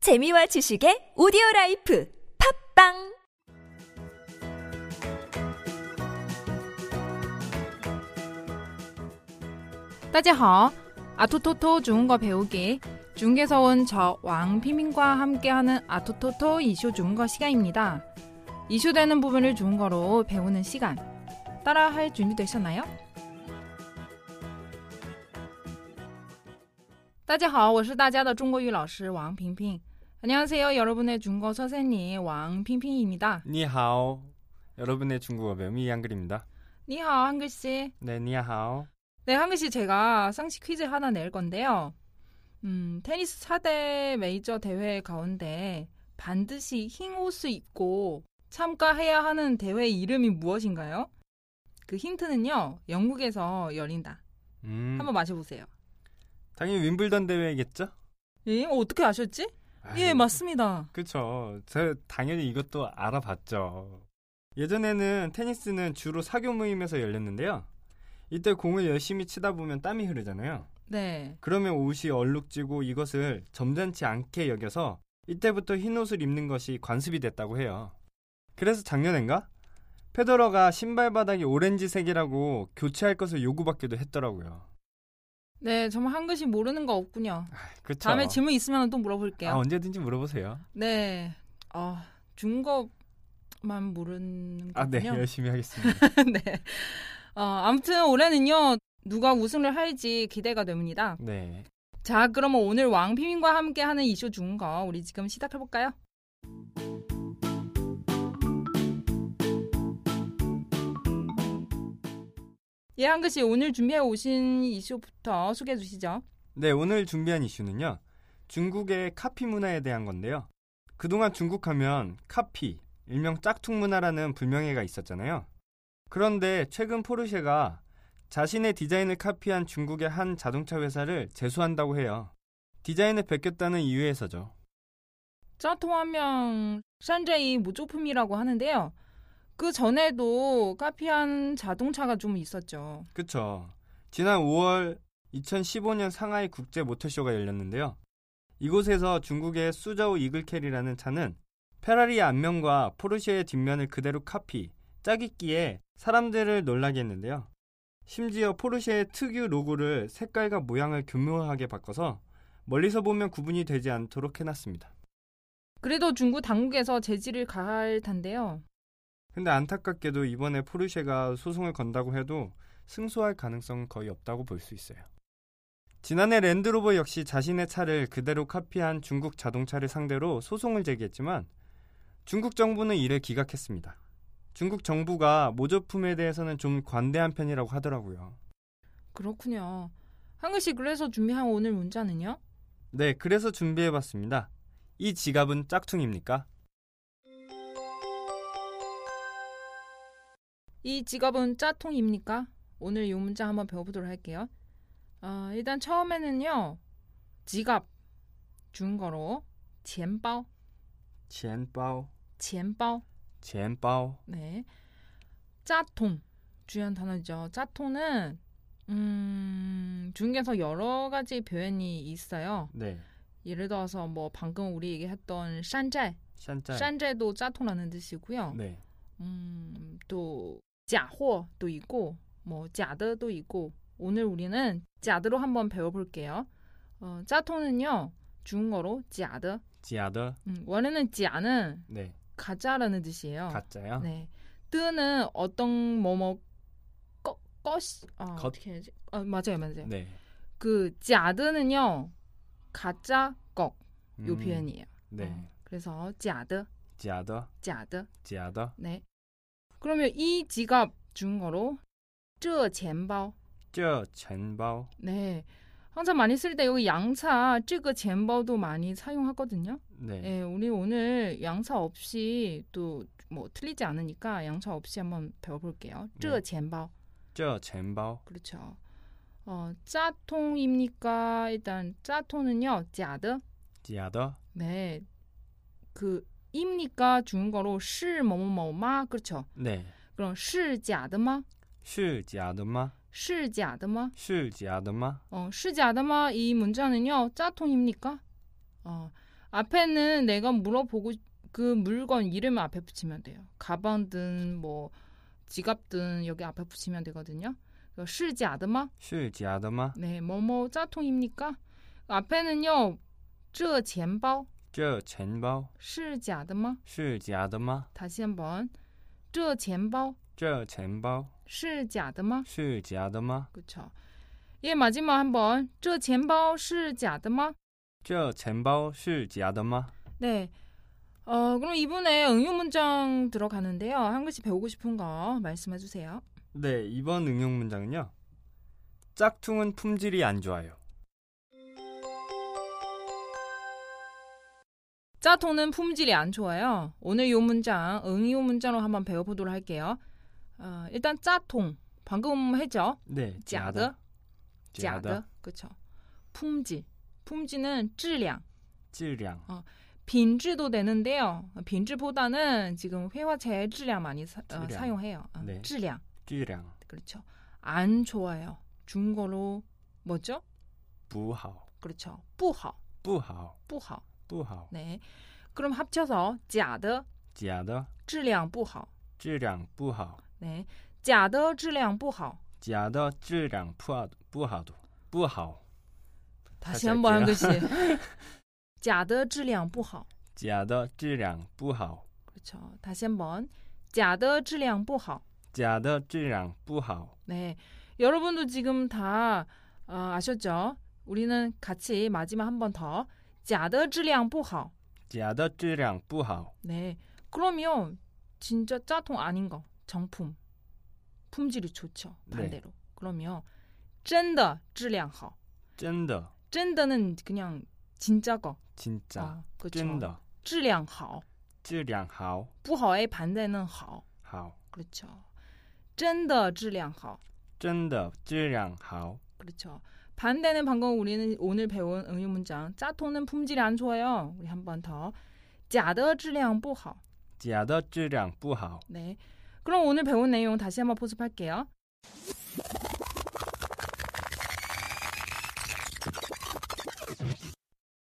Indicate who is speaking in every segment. Speaker 1: 재미와 지식의 오디오 라이프 팝빵
Speaker 2: 따지하 아토토토 중국어 배우기 중국에서 온 저 왕피민과 함께하는 아토토토 이슈 중국어 시간입니다. 이슈되는 부분을 중국어로 배우는 시간 따라할 준비되셨나요? 따지하 我是大家的中国语老师王平平 안녕하세요 여러분의 중국어 선생님 왕핑핑입니다.
Speaker 3: 니하오 여러분의 중국어 배움 이한글입니다.
Speaker 2: 니하오 한글씨
Speaker 3: 네, 니하오.
Speaker 2: 네, 한글 씨 제가 상시 퀴즈 하나 낼 건데요. 음, 테니스 4대 메이저 대회 가운데 반드시 흰 옷을 입고 참가해야 하는 대회 이름이 무엇인가요? 그 힌트는요. 영국에서 열린다.
Speaker 3: 음,
Speaker 2: 한번 맞춰보세요.
Speaker 3: 당연히 윈블던 대회겠죠?
Speaker 2: 예, 어, 어떻게 아셨지? 예,
Speaker 3: 아이,
Speaker 2: 맞습니다.
Speaker 3: 그쵸. 제가 당연히 이것도 알아봤죠. 예전에는 테니스는 주로 사교 모임에서 열렸는데요. 이때 공을 열심히 치다 보면 땀이 흐르잖아요.
Speaker 2: 네.
Speaker 3: 그러면 옷이 얼룩지고 이것을 점잖지 않게 여겨서 이때부터 흰 옷을 입는 것이 관습이 됐다고 해요. 그래서 작년엔가 페더러가 신발 바닥이 오렌지색이라고 교체할 것을 요구받기도 했더라고요.
Speaker 2: 네, 정말 한글 씨 모르는 거 없군요.
Speaker 3: 그쵸.
Speaker 2: 다음에 질문 있으면 또 물어볼게요.
Speaker 3: 아, 언제든지 물어보세요.
Speaker 2: 네. 어, 중거만 모르는 거군요.
Speaker 3: 아, 네, 열심히 하겠습니다.
Speaker 2: 네. 어, 아무튼 올해는요. 누가 우승을 할지 기대가 됩니다.
Speaker 3: 네.
Speaker 2: 자, 그러면 오늘 왕피민과 함께하는 이슈 중거 우리 지금 시작해 볼까요? 예, 한글 씨 오늘 준비해 오신 이슈부터 소개해 주시죠.
Speaker 3: 네, 오늘 준비한 이슈는요. 중국의 카피 문화에 대한 건데요. 그동안 중국 하면 카피, 일명 짝퉁 문화라는 불명예가 있었잖아요. 그런데 최근 포르쉐가 자신의 디자인을 카피한 중국의 한 자동차 회사를 제소한다고 해요. 디자인을 베꼈다는 이유에서죠.
Speaker 2: 짜통하면 산제이 무조품이라고 하는데요. 그 전에도 카피한 자동차가 좀 있었죠.
Speaker 3: 그쵸. 지난 5월 2015년 상하이 국제 모터쇼가 열렸는데요. 이곳에서 중국의 수저우 이글캐리라는 차는 페라리의 앞면과 포르쉐의 뒷면을 그대로 카피, 짜깁기에 사람들을 놀라게 했는데요. 심지어 포르쉐의 특유 로고를 색깔과 모양을 교묘하게 바꿔서 멀리서 보면 구분이 되지 않도록 해놨습니다.
Speaker 2: 그래도 중국 당국에서 제지를 가할 텐데요.
Speaker 3: 근데 안타깝게도 이번에 포르쉐가 소송을 건다고 해도 승소할 가능성은 거의 없다고 볼 수 있어요. 지난해 랜드로버 역시 자신의 차를 그대로 카피한 중국 자동차를 상대로 소송을 제기했지만 중국 정부는 이를 기각했습니다. 중국 정부가 모조품에 대해서는 좀 관대한 편이라고 하더라고요.
Speaker 2: 그렇군요. 한글 씨 그래서 준비한 오늘 문자는요?
Speaker 3: 네, 그래서 준비해봤습니다. 이 지갑은 짝퉁입니까?
Speaker 2: 이 직업은 짜통입니까? 오늘 이 문자 한번 배워보도록 할게요. 어, 일단 처음에는요. 지갑 중거로 젠bao
Speaker 3: 젠바오,
Speaker 2: 젠bao
Speaker 3: 젠바오.
Speaker 2: 네. 짜통. 중요한 단어죠. 짜통은 음, 중국에서 여러 가지 표현이 있어요.
Speaker 3: 네,
Speaker 2: 예를 들어서 뭐 방금 우리 얘기했던 싼债,
Speaker 3: 샨짤.
Speaker 2: 싼债도 짜통라는 뜻이고요.
Speaker 3: 네,
Speaker 2: 음, 또假货도 있고 뭐假的도 있고 오늘 우리는 假的로 한번 배워볼게요. 어, 짜통은요 중국어로 假的.
Speaker 3: 지아더.
Speaker 2: 음, 원래는 假는
Speaker 3: 네,
Speaker 2: 가짜라는 뜻이에요.
Speaker 3: 가짜요.
Speaker 2: 네. 뜨는 어떤 뭐뭐 꺼 꺼시 아,
Speaker 3: 겉.
Speaker 2: 어떻게 해야지? 아, 맞아요, 맞아요.
Speaker 3: 네.
Speaker 2: 그 자드는요 가짜 꺽요
Speaker 3: 음,
Speaker 2: 표현이에요.
Speaker 3: 네.
Speaker 2: 어, 그래서 자드,
Speaker 3: 지하더,
Speaker 2: 자드.
Speaker 3: 지하더,
Speaker 2: 네. 그러면 이 지갑 중국어로 저钱包.
Speaker 3: 저 전bao.
Speaker 2: 네. 항상 많이 쓸 때 여기 양차 쯔그 젠바도 많이 사용하거든요.
Speaker 3: 네.
Speaker 2: 네, 우리 오늘 양차 없이 또 뭐 틀리지 않으니까 양차 없이 한번 배워볼게요.
Speaker 3: 네.
Speaker 2: 쯔 젠바.
Speaker 3: 저 전bao.
Speaker 2: 그렇죠. 어, 짜통입니까? 일단 짜통은요, 짜드.
Speaker 3: 지하더,
Speaker 2: 네, 그 입니까 중국어로 시 뭐뭐뭐마 그렇죠.
Speaker 3: 네.
Speaker 2: 그럼 시 짜드마,
Speaker 3: 실 지하더마,
Speaker 2: 시 짜드마,
Speaker 3: 실 지하더마.
Speaker 2: 어, 시 짜드마 이 문자는요, 짜통입니까? 어, 앞에는 내가 물어보고 그 물건 이름을 앞에 붙이면 돼요. 가방든 뭐 지갑든 여기 앞에 붙이면 되거든요. 실지 아드마?
Speaker 3: 실지 아더마
Speaker 2: 네, 뭐뭐 짜통입니까? 앞에는요. 저钱包,
Speaker 3: 저 젠바오
Speaker 2: 실지 아드마?
Speaker 3: 실지 아더마
Speaker 2: 다시 한번. 저钱包,
Speaker 3: 저 젠바오
Speaker 2: 실지 아드마?
Speaker 3: 실지 아더마
Speaker 2: 그렇죠. 예, 마지막 한번. 저钱包是假的吗
Speaker 3: 저 젠바오 실지 아더마
Speaker 2: 네. 어, 그럼 이번에 응용 문장 들어가는데요. 한 글씨 배우고 싶은 거 말씀해 주세요.
Speaker 3: 네 이번 응용 문장은요 짝퉁은 품질이 안 좋아요
Speaker 2: 짜통은 품질이 안 좋아요. 오늘 요 문장 응용 문장으로 한번 배워보도록 할게요. 어, 일단 짜통 방금 했죠.
Speaker 3: 네
Speaker 2: 假的,
Speaker 3: 짜드
Speaker 2: 假的, 그렇죠. 품질, 품질은 질량,
Speaker 3: 질량
Speaker 2: 빈질도 되는데요. 빈질보다는 지금 회화체 질량 많이 사,
Speaker 3: 질량.
Speaker 2: 용해요 어,
Speaker 3: 네.
Speaker 2: 질량,
Speaker 3: 질량
Speaker 2: 그렇죠. 안 좋아요. 중국어로 뭐죠?
Speaker 3: 不好
Speaker 2: 그렇죠. 不好,
Speaker 3: 不好
Speaker 2: 不好.
Speaker 3: 不好
Speaker 2: 네. 그럼 합쳐서 假的
Speaker 3: 假的
Speaker 2: 质量不好.
Speaker 3: 质量不好
Speaker 2: 네. 假的质量不好.
Speaker 3: 假的质量不好不好的不好
Speaker 2: 다시
Speaker 3: 다시
Speaker 2: 한번 한
Speaker 3: 할게요.
Speaker 2: 글씨. 假的质量不好.
Speaker 3: 假的质量不好
Speaker 2: 그렇죠. 다시 한번. 假的质量不好.
Speaker 3: 假的质量不好
Speaker 2: 네. 여러분도 지금 다 어, 아셨죠? 우리는 같이 마지막 한 번 더. 假的质量不好.
Speaker 3: 假的质量不好
Speaker 2: 네. 그러면 진짜 짜통 아닌 거. 정품. 품질이 좋죠.
Speaker 3: 네.
Speaker 2: 반대로. 그러면 真的质量好.
Speaker 3: 真的
Speaker 2: 젠더는 그냥 진짜 거.
Speaker 3: 진짜
Speaker 2: 아, 그쵸.
Speaker 3: 真的
Speaker 2: 质量好.
Speaker 3: 质量好
Speaker 2: 不好의 반대는 好.
Speaker 3: 好
Speaker 2: 그렇죠. 真的质量好.
Speaker 3: 真的质量好
Speaker 2: 그렇죠. 반대는 방금 우리는 오늘 배운 응용 문장 짜통은 품질이 안 좋아요. 우리 한 번 더. 假的质量不好.
Speaker 3: 假的质量不好
Speaker 2: 네. 그럼 오늘 배운 내용 다시 한번 포습할게요.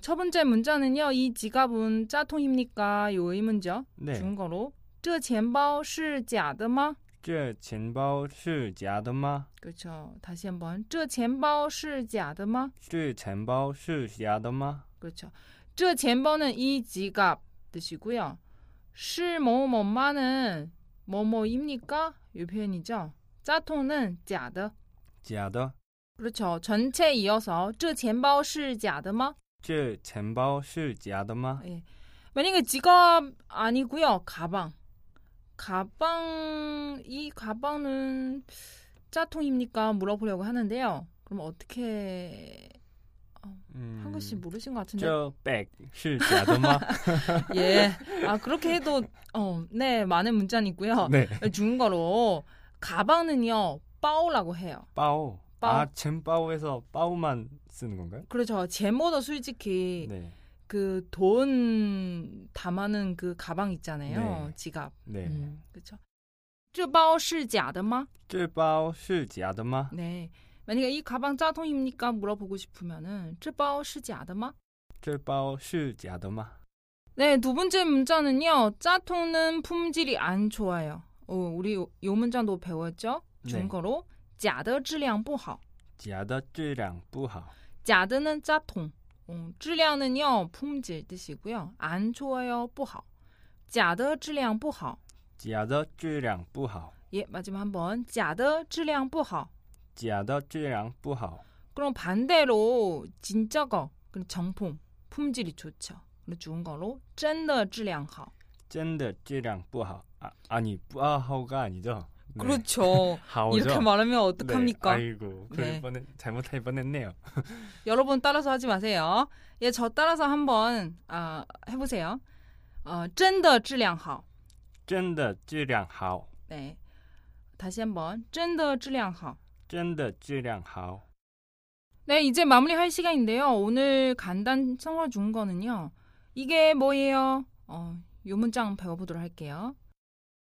Speaker 2: 첫 번째 문자는요. 이 지갑은 짜통입니까? 요 의문죠.
Speaker 3: 네
Speaker 2: 중국어로 这钱包是假的吗?
Speaker 3: 这钱包是假的吗
Speaker 2: 그렇죠. 다시 한번 这钱包是假的吗?
Speaker 3: 这钱包是假的吗
Speaker 2: 그렇죠. 这钱包는 이 지갑 뜻이고요. 是某某마는 뭐뭐입니까? 이 표현이죠. 짜통은 假的.
Speaker 3: 假的
Speaker 2: 그렇죠. 전체 이어서 这钱包是假的吗?
Speaker 3: 这钱包是假的吗
Speaker 2: 예. 만약에 지갑 아니고요. 가방. 가방 이 가방은 짜통입니까? 물어보려고 하는데요. 그럼 어떻게 한
Speaker 3: 嗯
Speaker 2: 글씩 모르신 것 같은데.
Speaker 3: 음. 저 백, 실 자더마.
Speaker 2: 예. 아, 그렇게 해도 어, 네, 많은 문자는 있고요.
Speaker 3: 네.
Speaker 2: 중국어로 가방은요. 빠오라고 해요.
Speaker 3: 빠오.
Speaker 2: 빠오.
Speaker 3: 아, 젠빠오에서 빠오만 쓰는 건가요?
Speaker 2: 그렇죠. 제모도 솔직히
Speaker 3: 네.
Speaker 2: 그 돈 담아는 그 가방 있잖아요.
Speaker 3: 네.
Speaker 2: 지갑.
Speaker 3: 네.
Speaker 2: 음, 그렇죠. 这包是假的吗?
Speaker 3: 쯔빠오 실 자더마.
Speaker 2: 네. 만약에 이 가방 짜통입니까? 물어보고 싶으면은 这包是假的吗?
Speaker 3: 쯔빠오 실 자더마.
Speaker 2: 네, 두 번째 문자는요. 짜통은 품질이 안 좋아요. 어, 우리 요, 요 문자도 배웠죠?
Speaker 3: 네.
Speaker 2: 중국어로 假的质量不好.
Speaker 3: 자더 쯔량 부하.
Speaker 2: 假的는 짜통. 어, 质量은요. 품질 뜻이고요. 안 좋아요. 不好.假的质量不好.
Speaker 3: 자더 쯔량 부하.
Speaker 2: 예, 마지막 한번. 假的质量不好.
Speaker 3: 자더 쯔량 부하.
Speaker 2: 그럼 반대로 진짜 거, 그럼 정품, 품질이 좋죠. 그리고 좋은 거로 真的质量好.
Speaker 3: 젠더 쯔량 부하. 아, 아니, 부하호가 아니죠. 네.
Speaker 2: 그렇죠.
Speaker 3: 하오죠.
Speaker 2: 이렇게 말하면
Speaker 3: 네.
Speaker 2: 어떡합니까?
Speaker 3: 아이고, 그럴
Speaker 2: 네.
Speaker 3: 뻔했, 잘못할 뻔했네요.
Speaker 2: 여러분 따라서 하지 마세요. 예, 저 따라서 한번 아, 해보세요. 어, 真的质量好.
Speaker 3: 젠더 쯔량 하오.
Speaker 2: 네. 다시 한번 真的质量好.
Speaker 3: 젠더 쯔량 하오.
Speaker 2: 네, 이제 마무리할 시간인데요. 오늘 간단 성어 중거는요. 이게 뭐예요? 어, 요 문장 배워보도록 할게요.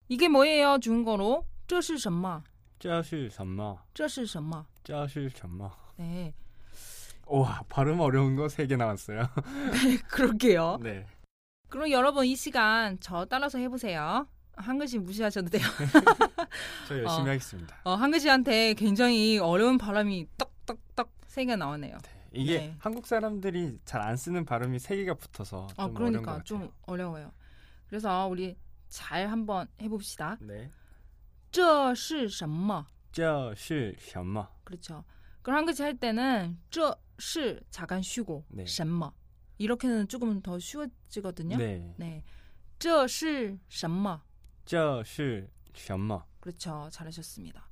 Speaker 2: 이게 뭐예요? 중거로 这是什么?
Speaker 3: 这是什么？
Speaker 2: 这是什么?
Speaker 3: 这是什么？
Speaker 2: 네.
Speaker 3: 와, 발음 어려운 거 세 개 나왔어요.
Speaker 2: 그럴게요.
Speaker 3: 네.
Speaker 2: 그럼 여러분 이 시간 저 따라서 해보세요. 한 글씨 무시하셔도 돼요.
Speaker 3: 저 열심히
Speaker 2: 어.
Speaker 3: 하겠습니다.
Speaker 2: 어, 한 글씨한테 굉장히 어려운 바람이 떡떡떡 세 개 나오네요.
Speaker 3: 이게
Speaker 2: 네.
Speaker 3: 한국 사람들이 잘 안 쓰는 발음이 세 개가 붙어서 좀
Speaker 2: 아,
Speaker 3: 어려운 것
Speaker 2: 그러니까
Speaker 3: 같아요.
Speaker 2: 좀 어려워요. 그래서 우리 잘 한번 해봅시다.
Speaker 3: 네.
Speaker 2: 这是什么?
Speaker 3: 这是什么?
Speaker 2: 그렇죠. 그럼 한 글씨 할 때는 这是 잠깐 쉬고
Speaker 3: 네.
Speaker 2: 什么 이렇게는 조금 더 쉬워지거든요.
Speaker 3: 네.
Speaker 2: 네. 这是什么?
Speaker 3: 这是什么?
Speaker 2: 그렇죠. 잘하셨습니다.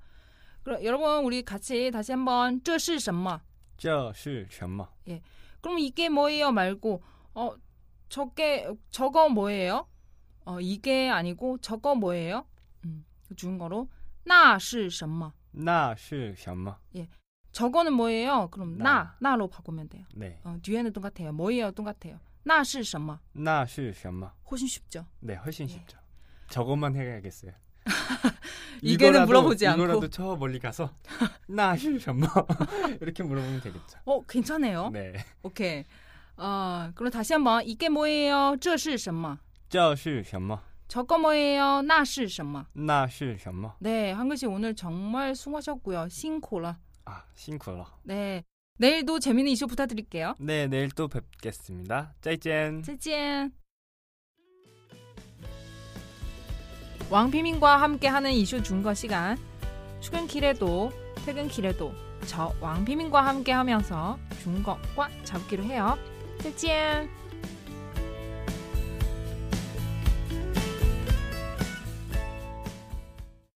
Speaker 2: 그럼 여러분 우리 같이 다시 한번 这是什么?
Speaker 3: 这是什么?
Speaker 2: 그럼 이게 뭐예요 말고 어 저게 저거 뭐예요? 어 이게 아니고 저거 뭐예요? 음, 그 중거로 나是什么?
Speaker 3: 那是什么?
Speaker 2: 저거는 뭐예요? 그럼 나,
Speaker 3: 나.
Speaker 2: 나로 바꾸면 돼요.
Speaker 3: 네.
Speaker 2: 어, 뒤에는 똑같아요. 뭐예요? 똑같아요. 나是什么?
Speaker 3: 那是什么?
Speaker 2: 훨씬 쉽죠.
Speaker 3: 네, 훨씬
Speaker 2: 네.
Speaker 3: 쉽죠. 저것만 해야겠어요.
Speaker 2: 이게는
Speaker 3: 이거라도-
Speaker 2: 물어보지 않고.
Speaker 3: 이거라도 저 멀리 가서 나是什么? 이렇게 물어보면 되겠죠.
Speaker 2: 어, 괜찮아요.
Speaker 3: 네.
Speaker 2: 오케이. 어, 그럼 다시 한번 이게 뭐예요? 这是什么?
Speaker 3: 这是什么?
Speaker 2: 저거 뭐예요? 나是什么?
Speaker 3: 那是什么?
Speaker 2: 네, 한글씨 오늘 정말 수고하셨고요. 싱코라.
Speaker 3: 아,辛苦了.
Speaker 2: 네. 내일도 재밌는 이슈 부탁드릴게요.
Speaker 3: 네, 내일 또 뵙겠습니다. 짜이젠.
Speaker 2: 再见. 왕피민과 함께하는 이슈 준거 시간. 출근길에도 퇴근길에도 저 왕피민과 함께하면서 준거과 잡기로 해요. 再见.